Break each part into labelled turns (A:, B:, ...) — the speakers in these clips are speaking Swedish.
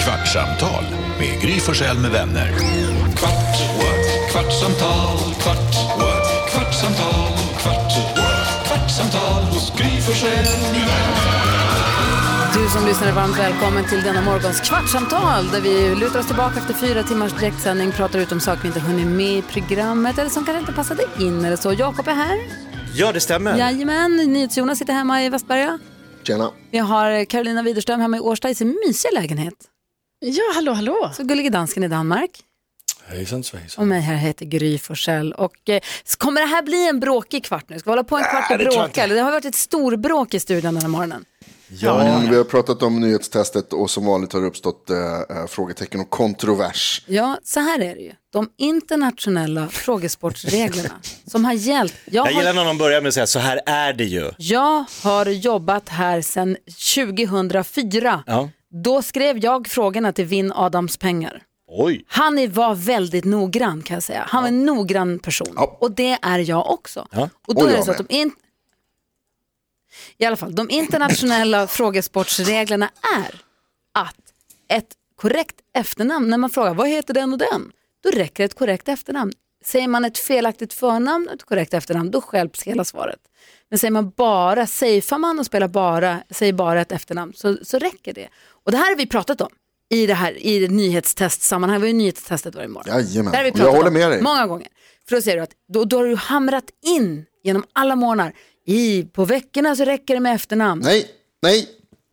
A: Kvartsamtal med Gry Forssell med vänner. Kvart, what? kvartsamtal, kvart, what? kvartsamtal, kvart, what? kvartsamtal hos Gry Forssell med vänner.
B: Du som lyssnar är varmt välkommen till denna morgons kvartsamtal där vi lutar oss tillbaka efter fyra timmars direktsändning, pratar ut om saker vi inte hunnit med i programmet eller som kanske inte passade in eller så. Jakob är här.
C: Ja, det stämmer.
B: Jajamän, NyhetsJonas sitter hemma i Västberga.
D: Tjena.
B: Vi har Carolina Widerström hemma i Årsta i sin mysiga lägenhet.
E: Ja, hallå, hallå.
B: Så gullige dansken i Danmark.
C: Hejsan svejsan.
B: Och mig här heter Gry Forssell. Och eh, så kommer det här bli en bråkig kvart nu? Ska vi hålla på en kvart och
C: Äh, det tror jag
B: bråka?
C: inte.
B: Eller det har varit ett storbråk i studion den här morgonen.
D: Ja, vi har pratat om nyhetstestet och som vanligt har det uppstått eh, eh, frågetecken och kontrovers.
B: Ja, så här är det ju. De internationella frågesportsreglerna som har gällt. Jag
C: Jag gillar
B: har,
C: när någon börjar med att säga så här är det ju.
B: jag har jobbat här sedan 2004.
C: Ja.
B: Då skrev jag frågorna till Vinn Adams pengar.
C: Oj.
B: Han är- var väldigt noggrann kan jag säga. Han var en noggrann person.
D: Ja.
B: Och det är jag också.
C: Ja.
B: Och då
D: Och
B: är det
D: jag
B: så att de in... I alla fall, de internationella frågesportsreglerna är att ett korrekt efternamn, när man frågar vad heter den och den, då räcker ett korrekt efternamn. Säger man ett felaktigt förnamn och ett korrekt efternamn, då stjälps hela svaret. Men säger man bara, safear man och spelar bara, säger bara ett efternamn, så, så räcker det. Och det här har vi pratat om i det här i nyhetstestsammanhang, vi har ju nyhetstestet varje morgon.
D: Jajamän,
B: Där har vi
D: och
B: pratat
D: jag håller
B: om
D: med dig.
B: Många gånger. För då ser du att då, då har du hamrat in genom alla månader. I, på veckorna så räcker det med efternamn.
D: Nej, nej,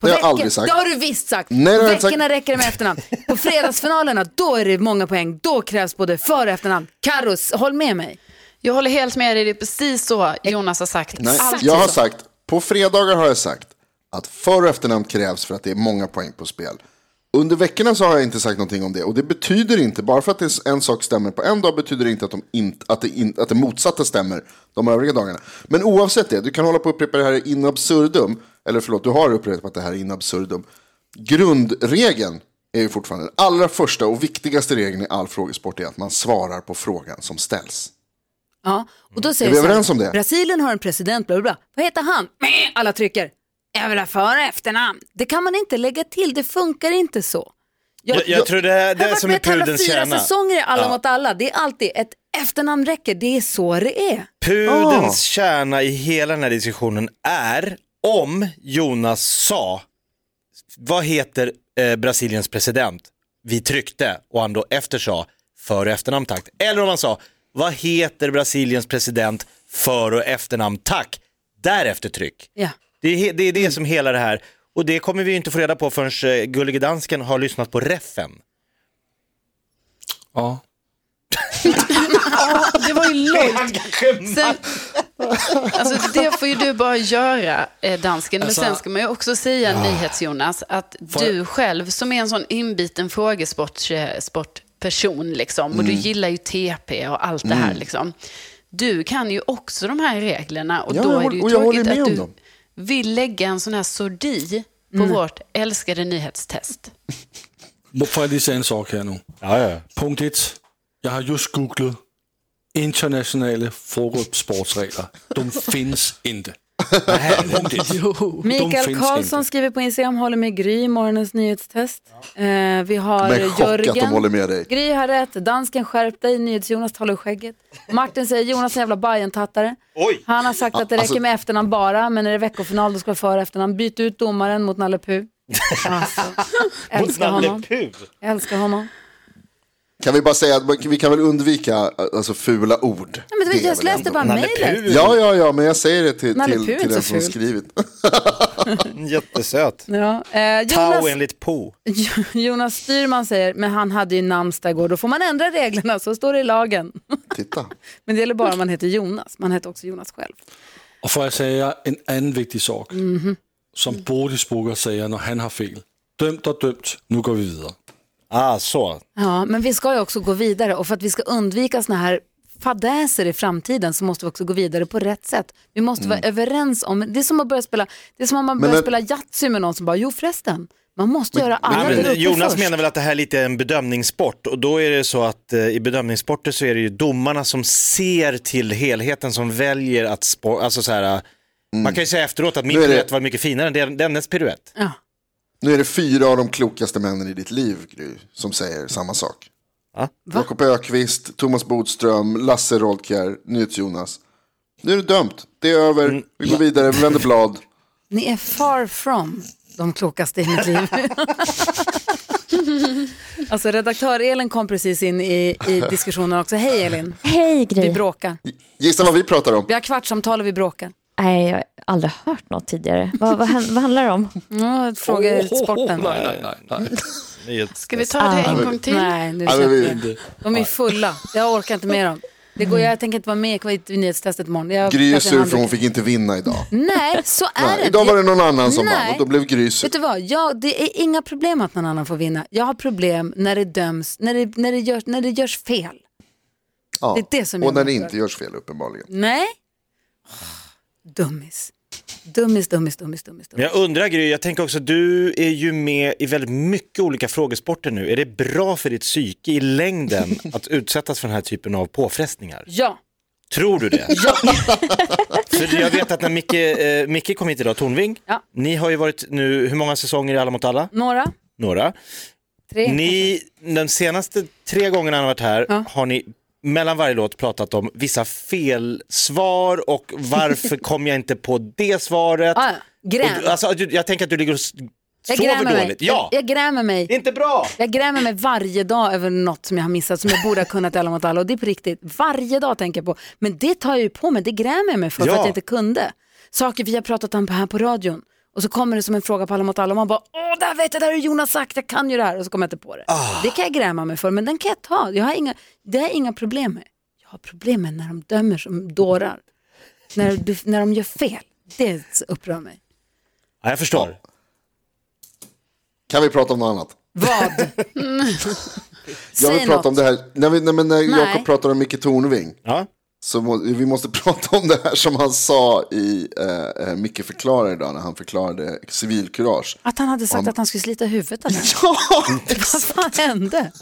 B: på
D: det har jag
B: veckor-
D: aldrig sagt.
B: Det har du visst sagt.
D: Nej, det har jag inte
B: veckorna
D: sagt.
B: räcker det med efternamn. På fredagsfinalerna, då är det många poäng. Då krävs både för och efternamn. Karo, s- håll med mig.
E: Jag håller helt med dig, det är precis så Jonas har sagt.
D: Nej,
E: Alltid
D: jag har
E: så.
D: sagt, på fredagar har jag sagt att för och efternamn krävs för att det är många poäng på spel. Under veckorna så har jag inte sagt någonting om det och det betyder inte, bara för att det är en sak stämmer på en dag betyder det inte att, de inte, att, det, in, att det motsatta stämmer de övriga dagarna. Men oavsett det, du kan hålla på och upprepa det här in absurdum, eller förlåt, du har upprepat det här in absurdum. Grundregeln är ju fortfarande, den allra första och viktigaste regeln i all frågesport är att man svarar på frågan som ställs.
B: Ja, och då säger
D: Mm. Är vi
B: så här,
D: överens om det?
B: Brasilien har en president, bla bla bla. Vad heter han? Meh, Alla trycker. Jag vill ha för och efternamn. Det kan man inte lägga till, det funkar inte så.
C: Jag, jag tror det är det är som är pudelns
B: fyra
C: kärna.
B: säsonger i Alla mot alla. Det är alltid ett efternamn räcker, det är så det är.
C: Pudelns kärna i hela den här diskussionen är om Jonas sa vad heter eh, Brasiliens president? Vi tryckte och han då efter sa för och efternamn tack. Eller om han sa vad heter Brasiliens president för och efternamn tack? Därefter tryck.
B: Ja.
C: Det är, he- det är det som hela det här, och det kommer vi ju inte få reda på förrän eh, Gullige Dansken har lyssnat på reffen.
F: Ja.
E: Det var ju långt. Sen, alltså, det får ju du bara göra, eh, dansken. Men
F: Alltså-
E: sen ska man ju också säga, NyhetsJonas, att du själv som är en sån inbiten frågesportperson, liksom, och du
D: Mm.
E: gillar ju TP och allt det här, liksom. du kan ju också de här reglerna och
D: Ja,
E: då
D: jag
E: är det ju
D: håller- och jag håller
E: tråkigt
D: med om
E: att du
D: dem.
E: vill lägga en sån här sordi på vårt älskade nyhetstest.
F: Må- Får jeg lige sige en sak her nu?
C: Ja, ja.
F: Punkt 1. Jeg har just googlet internationale fodboldsportsregler. De findes inte. Punkt 1. De
B: Mikael
F: finns
B: Karlsson
F: inte.
B: skriver på Instagram, håller med Gry i morgonens nyhetstest. Eh, vi har
D: Men chock att de
B: Jörgen.
D: håller med dig.
B: Gry har rätt, dansken skärp dig, NyhetsJonas talar ur skägget. Martin säger Jonas är en jävla Bajen-tattare.
C: Oj.
B: Han har sagt att det
D: Alltså-
B: räcker med efternamn bara, men när det är veckofinal då ska det före efternamn. Byt ut domaren mot Nalle Puh. Alltså, älskar honom. Älskar honom.
D: Kan vi bara säga att man- vi kan väl undvika alltså, fula ord?
B: Ja, men det var,
D: är
B: jag
D: väl
B: läste
D: ändå-
B: bara
C: Nalle
B: mejlet.
C: Puh,
D: Ja, ja, ja, men jag säger det till,
B: Nalle
D: till,
B: Puh är
D: till
B: inte
D: den
B: så
D: som
B: ful.
D: skrivit.
C: jättesöt.
B: Ja. Eh,
C: Pau
B: Jonas,
C: enligt Po.
B: Jonas Styrman säger, men han hade ju namnsdag igår, då får man ändra reglerna, så står det i lagen.
D: Titta.
B: Men det gäller bara om man heter Jonas, man heter också Jonas själv.
F: Og får jeg sige en anden vigtig sak, som Bodis Bukker siger, når han har fel. Dømt og dømt, nu går vi videre.
C: Ah, så.
B: Ja, men vi ska ju också gå vidare och för att vi ska undvika såna här fadäser i framtiden så måste vi också gå vidare på rätt sätt. Vi måste vara
C: Mm.
B: överens om, det är som att börja spela, det är som om man börjar
D: men-
B: spela Yatzy med någon som bara, jo förresten, man måste göra alla
C: Men
B: grupper
C: Jonas
B: först.
C: menar väl att det här är lite en bedömningssport och då är det så att eh, i bedömningssporter så är det ju domarna som ser till helheten som väljer att spå, alltså så här, eh, man kan ju säga efteråt att min
D: Nu är det-
C: piruett var mycket finare än den- dennes piruett.
B: Ja.
D: Nu är det fyra av de klokaste männen i ditt liv, Gry, som säger samma sak.
C: Va?
D: Jakob Ökvist, Thomas Bodström, Lasse Rolkjær, Jonas. Nu är det dömt. Det är över. Vi går vidare, vi vänder blad.
B: Ni är far from de klokaste i mitt liv. alltså redaktör Elin kom precis in i, i diskussionen också. Hej Elin,
G: Hej Gry.
B: vi bråkar.
D: Gissa vad vi pratar om.
B: Vi har kvartssamtal och vi bråkar.
G: Nej, jag har aldrig hört något tidigare. Vad, vad, hän- vad handlar det om?
B: Ja, fråga sporten.
F: Nej, nej, nej. nej.
C: Nyhets-
E: Ska vi ta det
D: Ah.
E: en gång till?
B: Nej, nu
D: Ja, men
B: släpper
D: vi-
B: jag. De är fulla. Jag orkar inte med dem. Det går, jag tänker inte vara med i nyhetstestet imorgon. Jag
D: Gry är
B: kanske
D: sur
B: hann-
D: för hon fick inte vinna idag.
B: Nej, så är
D: Nej,
B: det
D: idag
B: inte.
D: var det någon annan som
B: Nej.
D: vann och då blev Gry sur.
B: Vet du vad, jag, det är inga problem att någon annan får vinna. Jag har problem när det döms, när det, när det, görs, när det görs fel.
D: Ja.
B: det är det som är
D: och när det
B: motstånd.
D: inte görs fel uppenbarligen.
B: Nej. Ah, Dummis. Dummis, dummis, dummis, dummis.
C: Men
B: dummis.
C: jag undrar Gry, jag tänker också, du är ju med i väldigt mycket olika frågesporter nu. Är det bra för ditt psyke i längden att utsättas för den här typen av påfrestningar?
B: Ja.
C: Tror du det? Ja. För jag vet att när Micke, eh, Micke kom hit idag, Tornving,
B: Ja.
C: ni har ju varit nu, hur många säsonger i Alla mot alla?
B: Några,
C: Några.
B: tre.
C: Ni, de senaste tre gångerna han har varit här
B: Ja.
C: har ni mellan varje låt pratat om vissa felsvar och varför kom jag inte på det svaret?
B: Ah,
C: Och,
B: gräm.
C: du- alltså, att du- jag tänker att du ligger och s-
B: Jag
C: sover
B: grämer mig.
C: dåligt. Ja,
B: Jag, jag grämer
C: det är
B: mig.
C: inte bra.
B: Jag grämer mig varje dag över något som jag har missat som jag borde ha kunnat i alla mot alla och det är på riktigt. Varje dag tänker jag på. Men det tar jag ju på mig, det grämer jag mig för,
C: Ja.
B: för att jag inte kunde. Saker vi har pratat om här på radion och så kommer det som en fråga på alla mot alla och man bara åh, det här vet jag, det här har Jonas sagt, jag kan ju det här och så kommer jag inte på det.
D: Ah.
B: Det kan jag gräma mig för, men den kan jag ta. Jag har inga, det har jag inga problem med. Jag har problem med när de dömer som dårar. när, du, när de gör fel, det upprör mig.
C: Ja, jag förstår.
D: Kan vi prata om något annat?
B: Vad?
D: Jag vill
B: Säg
D: prata
B: något.
D: om det här. När, vi, nej, men när
B: Nej.
D: Jakob pratar om Micke Tornving.
C: Ja.
D: Så må, vi måste prata om det här som han sa i eh, eh, Micke förklarar idag när han förklarade civilkurage.
B: Att han hade sagt att han skulle slita huvudet av mig.
D: Ja,
B: Vad fan hände?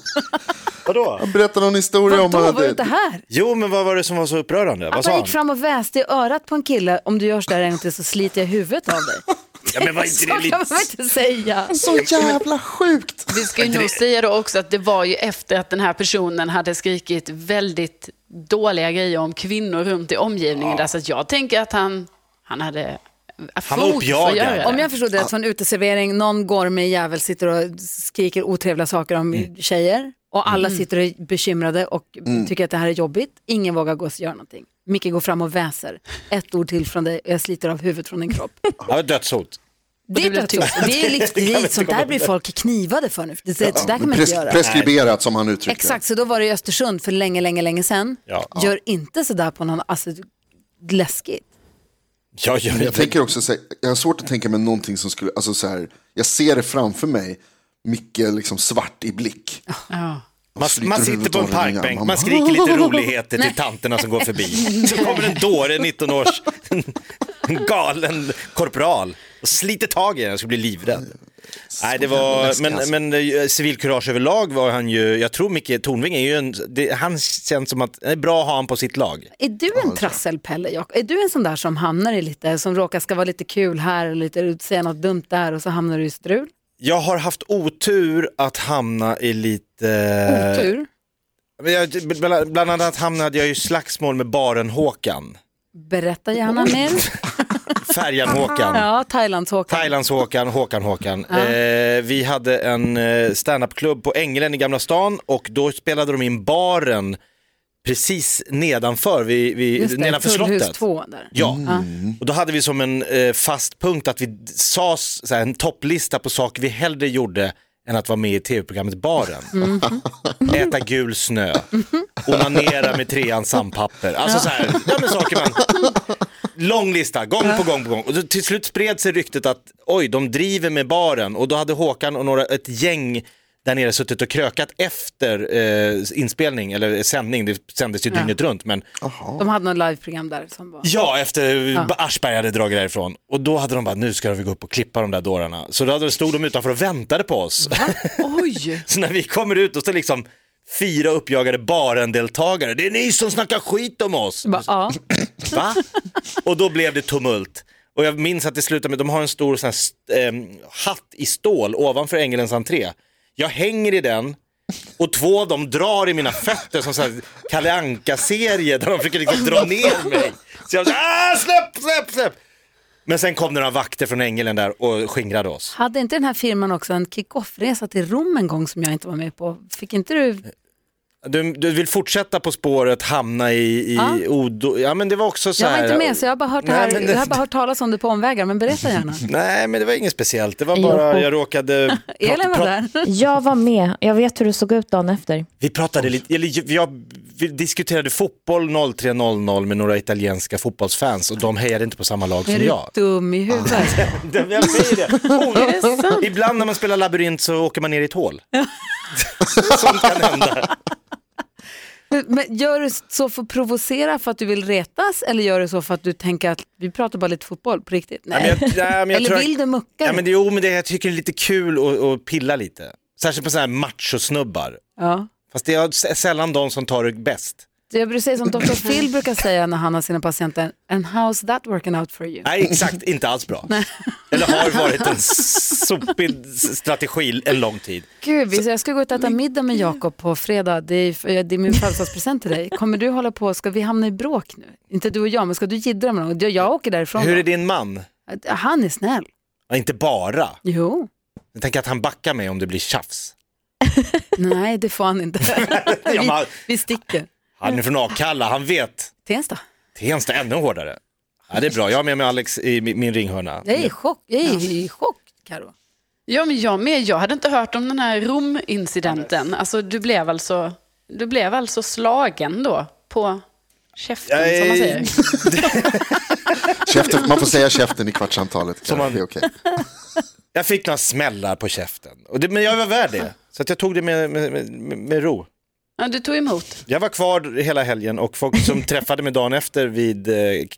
C: Vadå?
D: han berättade någon historia
B: Vadå,
D: om han
B: var du
D: hade...
B: inte här?
C: Jo, men vad var det som var så upprörande? Vad
B: Att
C: sa
B: han
C: han?
B: gick fram och väste i örat på en kille, om du gör sådär en gång till så sliter jag huvudet av dig.
C: Ja, men var inte
B: Så
C: det
B: kan
C: lite...
B: man inte säga.
D: Så jävla sjukt!
E: Vi ska ju nog säga då också att det var ju efter att den här personen hade skrikit väldigt dåliga grejer om kvinnor runt i omgivningen. Där, så att jag tänker att han, han hade
C: Han var
E: fog för att
C: uppjagad.
E: göra det.
B: Om jag förstod det rätt, från en uteservering, någon gormig jävel sitter och skriker otrevliga saker om tjejer och alla sitter och är bekymrade och tycker att det här är jobbigt. Ingen vågar gå och göra någonting. Micke går fram och väser. Ett ord till från dig och jag sliter av huvudet från din kropp.
C: Ja, dödshot.
B: Det är
E: blev
B: plötsligt, det är liksom, det är, sånt där blir folk knivade för nu. Det, det, det där kan man inte
D: Pres-
B: göra.
D: preskriberat som han uttryckte
B: Exakt, så då var det i Östersund för länge, länge, länge sedan.
C: Ja.
B: Gör inte sådär på någon, alltså läskigt.
C: Ja, ja,
D: Jag tänker också, så här, jag har svårt att tänka mig någonting som skulle, alltså så här, jag ser det framför mig, mycket liksom svart i blick.
E: Ja.
C: Man,
D: sliter
C: man sitter
D: huvudet
C: på en
D: av den ringa.
C: parkbänk,
D: Man
C: man
D: bara-
C: skriker lite roligheter till tanterna som går förbi. Så kommer en dåre, 19 års, en galen korpral och sliter tag i den, jag skulle bli livrädd. Nej, det var, men, men
D: alltså.
C: eh, civilkurage överlag var han ju, jag tror Micke Tornving är ju en, det, han känns som att, det är bra att ha han på sitt lag.
B: Är du
C: alltså.
B: en trasselpelle, Jakob? Är du en sån där som hamnar i lite, som råkar ska vara lite kul här, och lite, säga något dumt där och så hamnar du i strul?
C: Jag har haft otur att hamna i lite...
B: Otur?
C: Men jag- bla- Bland annat hamnade jag i slagsmål med baren-Håkan,
B: Berätta gärna mer.
C: Färjan-Håkan.
B: Ja, Thailandsåkare.
C: Thailands-Håkan, Håkan-Håkan. Eh, vi hade en eh, standupklubb på Ängelen i Gamla stan och då spelade de in baren precis nedanför, vid,
B: Just
C: vid,
B: det,
C: nedanför
B: Tullhus
C: slottet.
B: 2 där.
C: Ja, och då hade vi som en eh, fast punkt att vi d- sa s- så här, en topplista på saker vi hellre gjorde än att vara med i tv-programmet Baren. Äta gul snö, onanera med treans sandpapper. Alltså så här, ja, men saker man... Lång lista, gång på gång på gång. Och då, till slut spred sig ryktet att oj, de driver med Baren och då hade Håkan och några, ett gäng där nere suttit och krökat efter eh, inspelning eller sändning, det sändes ju dygnet runt men
B: De hade något liveprogram där som var...
C: Ja, efter Aschberg hade dragit därifrån. Och då hade de bara, nu ska vi gå upp och klippa de där dårarna. Så då hade- stod de utanför och väntade på oss.
E: Oj!
C: Så när vi kommer ut, då står liksom fyra uppjagade Baren-deltagare. Det är ni som snackar skit om oss!
B: Bara, ja.
C: Va? Och då blev det tumult. Och jag minns att det slutade med, de har en stor sån här, st- ehm, hatt i stål ovanför ängelens entré. Jag hänger i den och två av dem drar i mina fötter som så här Kalle Anka-serie där de försöker liksom dra ner mig. Så jag ah, släpp, släpp, släpp. Men sen kom det några vakter från ängelen där och skingrade oss.
B: Hade inte den här firman också en kick-off-resa till Rom en gång som jag inte var med på? Fick inte du?
C: Du, du vill fortsätta På spåret, hamna i, i
B: Ja.
C: odo... Ja men det var också så
B: Jag var
C: här...
B: inte med så jag har bara hört, det
C: Nej,
B: här,
C: men det-
B: jag har bara hört talas om det på omvägar, men berätta gärna.
C: Nej men det var inget speciellt, det var bara
G: Jo.
C: jag råkade...
B: Elin var
C: pra-
B: där.
G: Jag var med. Jag vet hur det såg ut dagen efter.
C: Vi pratade lite, eller jag, vi diskuterade fotboll 03.00 med några italienska fotbollsfans och de hejade inte på samma lag
B: Är
C: som
B: du
C: jag.
B: dum i huvudet?
C: Jag säger det. Oh, ibland när man spelar labyrint så åker man ner i ett hål. Sånt kan hända.
B: Men gör du så för att provocera för att du vill retas eller gör du så för att du tänker att vi pratar bara lite fotboll på riktigt?
C: Nej, men
B: Nej.
C: jag, nej, men jag
B: Eller
C: tror jag-
B: vill du mucka?
C: Ja, men det, jo, men det, jag tycker det är lite kul att, att pilla lite. Särskilt på sådana här machosnubbar.
B: Ja.
C: Fast det är s- sällan de som tar det bäst.
B: Så Jag brukar säga som Dr. Phil brukar säga när han har sina patienter, and how's that working out for you?
C: Nej, exakt, inte alls bra. Eller har varit en s- sopig s- strategi en lång tid.
B: Gud, så jag ska gå ut och äta middag med Jakob på fredag. Det är, det är min födelsedagspresent till dig. Kommer du hålla på, ska vi hamna i bråk nu? Inte du och jag, men ska du jiddra med någon? Jag, jag åker därifrån.
C: Hur är din man?
B: då. Han är snäll.
C: Ja, inte bara.
B: Jo.
C: Jag tänker att han backar mig om det blir tjafs.
B: Nej, det får han inte.
C: Ja, men
B: Vi,
C: han-
B: vi sticker.
C: han är från Akalla, han vet.
B: Tensta.
C: Tensta ännu hårdare. Ja, det är bra, jag har med mig Alex i mi- min ringhörna.
B: Jag är i chock, jag är i chock Karo.
E: Ja, men jag med. Jag hade inte hört om den här Rom-incidenten. Alltså, du blev alltså, du blev alltså slagen då på käften,
C: Jag är-
E: som man säger.
D: Käften, man får säga käften i kvartsamtalet. Som
C: man-
D: Det är okej.
C: Jag fick några smällar på käften, och det, men jag var värd det. Så att jag tog det med, med, med, med ro.
E: Ja, du tog emot.
C: Jag var kvar hela helgen och folk som träffade mig dagen efter vid eh,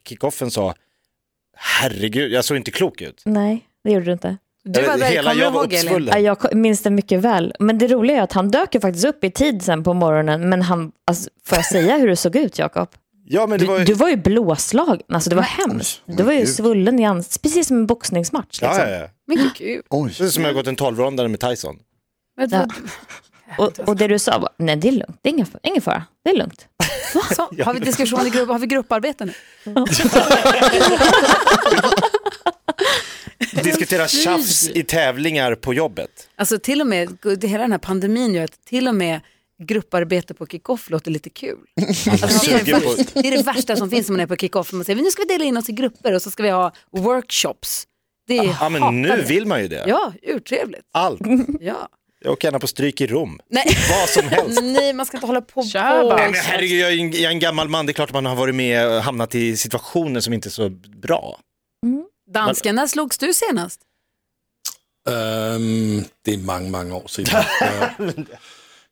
C: kickoffen sa Herregud, jag såg inte klok ut.
G: Nej, det gjorde du inte.
B: Du var där,
C: hela
B: kommer du
C: jag var
B: ihåg Elin?
G: Ja,
C: uppsvullen.
G: jag ko- minns det mycket väl. Men det roliga är att han dök ju faktiskt upp i tid sen på morgonen. Men han, alltså, får jag säga hur det såg ut Jakob?
C: Ja, men det var
G: Du,
C: ju...
G: du var ju blåslagen. Alltså det var hemskt. Du var ju svullen i ansiktet. Precis som en boxningsmatch. Liksom.
C: Ja, ja, ja.
B: Men gud.
D: Oj.
C: Det är som att jag gått en tolvrondare med Tyson.
B: Men
G: Ja.
B: vad-
G: Och, och det du sa var, nej det är lugnt. Det är ingen, fa- ingen fara. Det är lugnt.
B: Så, har vi diskussion i grupp, har vi grupparbete nu?
C: Diskutera tjafs i tävlingar på jobbet.
B: Alltså till och med, gud, hela den här pandemin gör att till och med grupparbete på kickoff låter lite kul. Alltså, det, är det,
C: suger på-
B: värsta, det är det värsta som finns när man är på kickoff. Man säger nu ska vi dela in oss i grupper och så ska vi ha workshops. Det är
C: Ja men nu vill man ju det.
B: Ja, urtrevligt.
C: Allt.
B: Ja.
C: Jag åker gärna på stryk i Rom.
B: Nej.
C: Vad som helst.
B: Nej, man ska inte hålla på.
E: Kör bara.
C: Nej, men herregud, jag är, en, jag är en gammal man, det är klart att man har varit med och hamnat i situationer som inte är så bra.
B: Dansken, när slogs du senast?
F: Øhm, Ehm, det er mange, mange år siden. Jeg,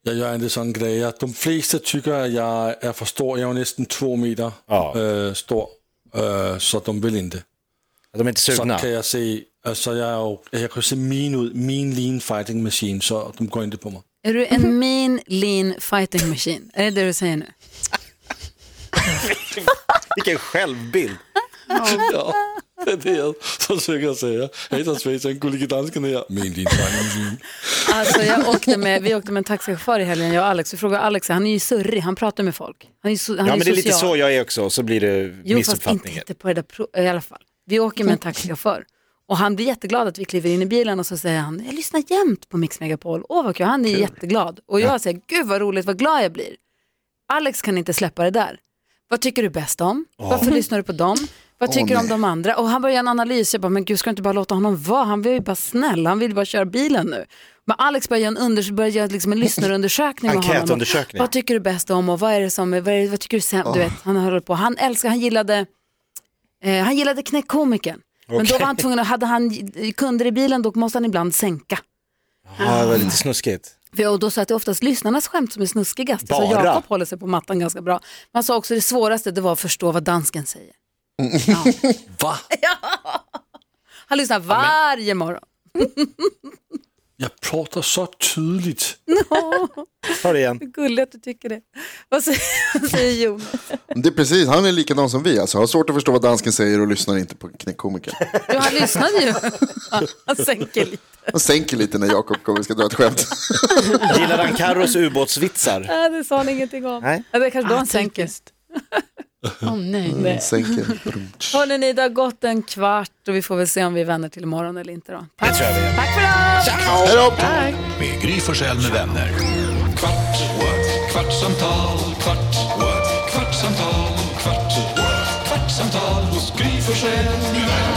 F: jeg gør egentlig sådan grejer. De fleste tykker, at jeg er for stor. Jeg er jo næsten to meter
C: Ja.
F: øh, stor, øh, så de vil ikke.
C: Att de är inte
F: Så
C: sugna.
F: kan jeg se, altså jeg, er jo, jeg kan jo se min ud, min lean fighting machine, så de går ikke på mig.
B: Är du en mean, lean fighting machine? Är det det du säger nu?
C: Vilken självbild.
F: Ja, det er det, jeg forsøger at sige. Ellers vil jeg kunne ligge dansken her. Min lean fighting machine.
B: Alltså jag åkte med, vi åkte med en taxichaufför i helgen, jag och Alex. Vi frågade Alex, han är ju surrig, han pratar med folk. Han är, ju so- han
C: Ja
B: är
C: men det är lite
B: social.
C: så jag är också, så blir det
B: Jo, fast inte,
C: missuppfattningar.
B: inte på det där pro- i alla fall. Vi åker med en taxichaufför och han blir jätteglad att vi kliver in i bilen och så säger han, jag lyssnar jämt på Mix Megapol. Åh vad kul, han är jätteglad. Och jag säger, gud vad roligt, vad glad jag blir. Alex kan inte släppa det där. Vad tycker du bäst om? Varför lyssnar du på dem? Vad tycker du om
D: nej.
B: de andra? Och han börjar göra en analys, jag bara, men gud ska du inte bara låta honom vara? Han vill ju bara snäll, han vill bara köra bilen nu. Men Alex börjar göra en, under- börjar göra liksom en lyssnarundersökning med honom.
C: Enkätundersökning.
B: Vad tycker du bäst om och vad är det som, vad, är, vad tycker du sämst? Du vet, han håller på. Han älskar, han gillade, eh, han gillade knäckkomikern. Men då var han tvungen, att- hade han j- kunder i bilen då måste han ibland sänka.
C: Ja, det var lite snuskigt.
B: För jag, och då sa jag att det är oftast lyssnarnas skämt som är snuskigast. Så
C: Bara?
B: Jakob håller sig på mattan ganska bra. Man sa också det svåraste det var att förstå vad dansken säger.
F: Hvad?
B: Han lyssnar varje morgon.
F: Jeg prater så tydeligt.
C: Ta det igen.
B: Gulligt att du tycker det. Vad säger, vad säger Jonas?
D: Det är precis, han är likadan som vi. Alltså. Har svårt att förstå vad dansken säger och lyssnar inte på knäckkomiker.
B: Jo, han lyssnade ju. Han sänker lite.
D: Han sänker lite när Jakob kommer och ska dra ett skämt.
C: Gillar han Carros ubåtsvitsar?
B: Nej, det sa han ingenting om.
C: Nej.
B: Ja, Det är kanske då
E: Ah,
B: han sänker.
E: typiskt. Åh nej.
D: Han sänker. Brum.
B: Hörrni, ni, det har gått en kvart och vi får väl se om vi är vänner till imorgon eller inte då.
C: Det tror jag vi är.
B: Tack för idag!
D: Hej då!
A: Med Gry Forssell med vänner. Kvart, what? kvartsamtal, kvart, what? kvartsamtal, kvart, what? kvartsamtal hos Gry Forssell med vänner.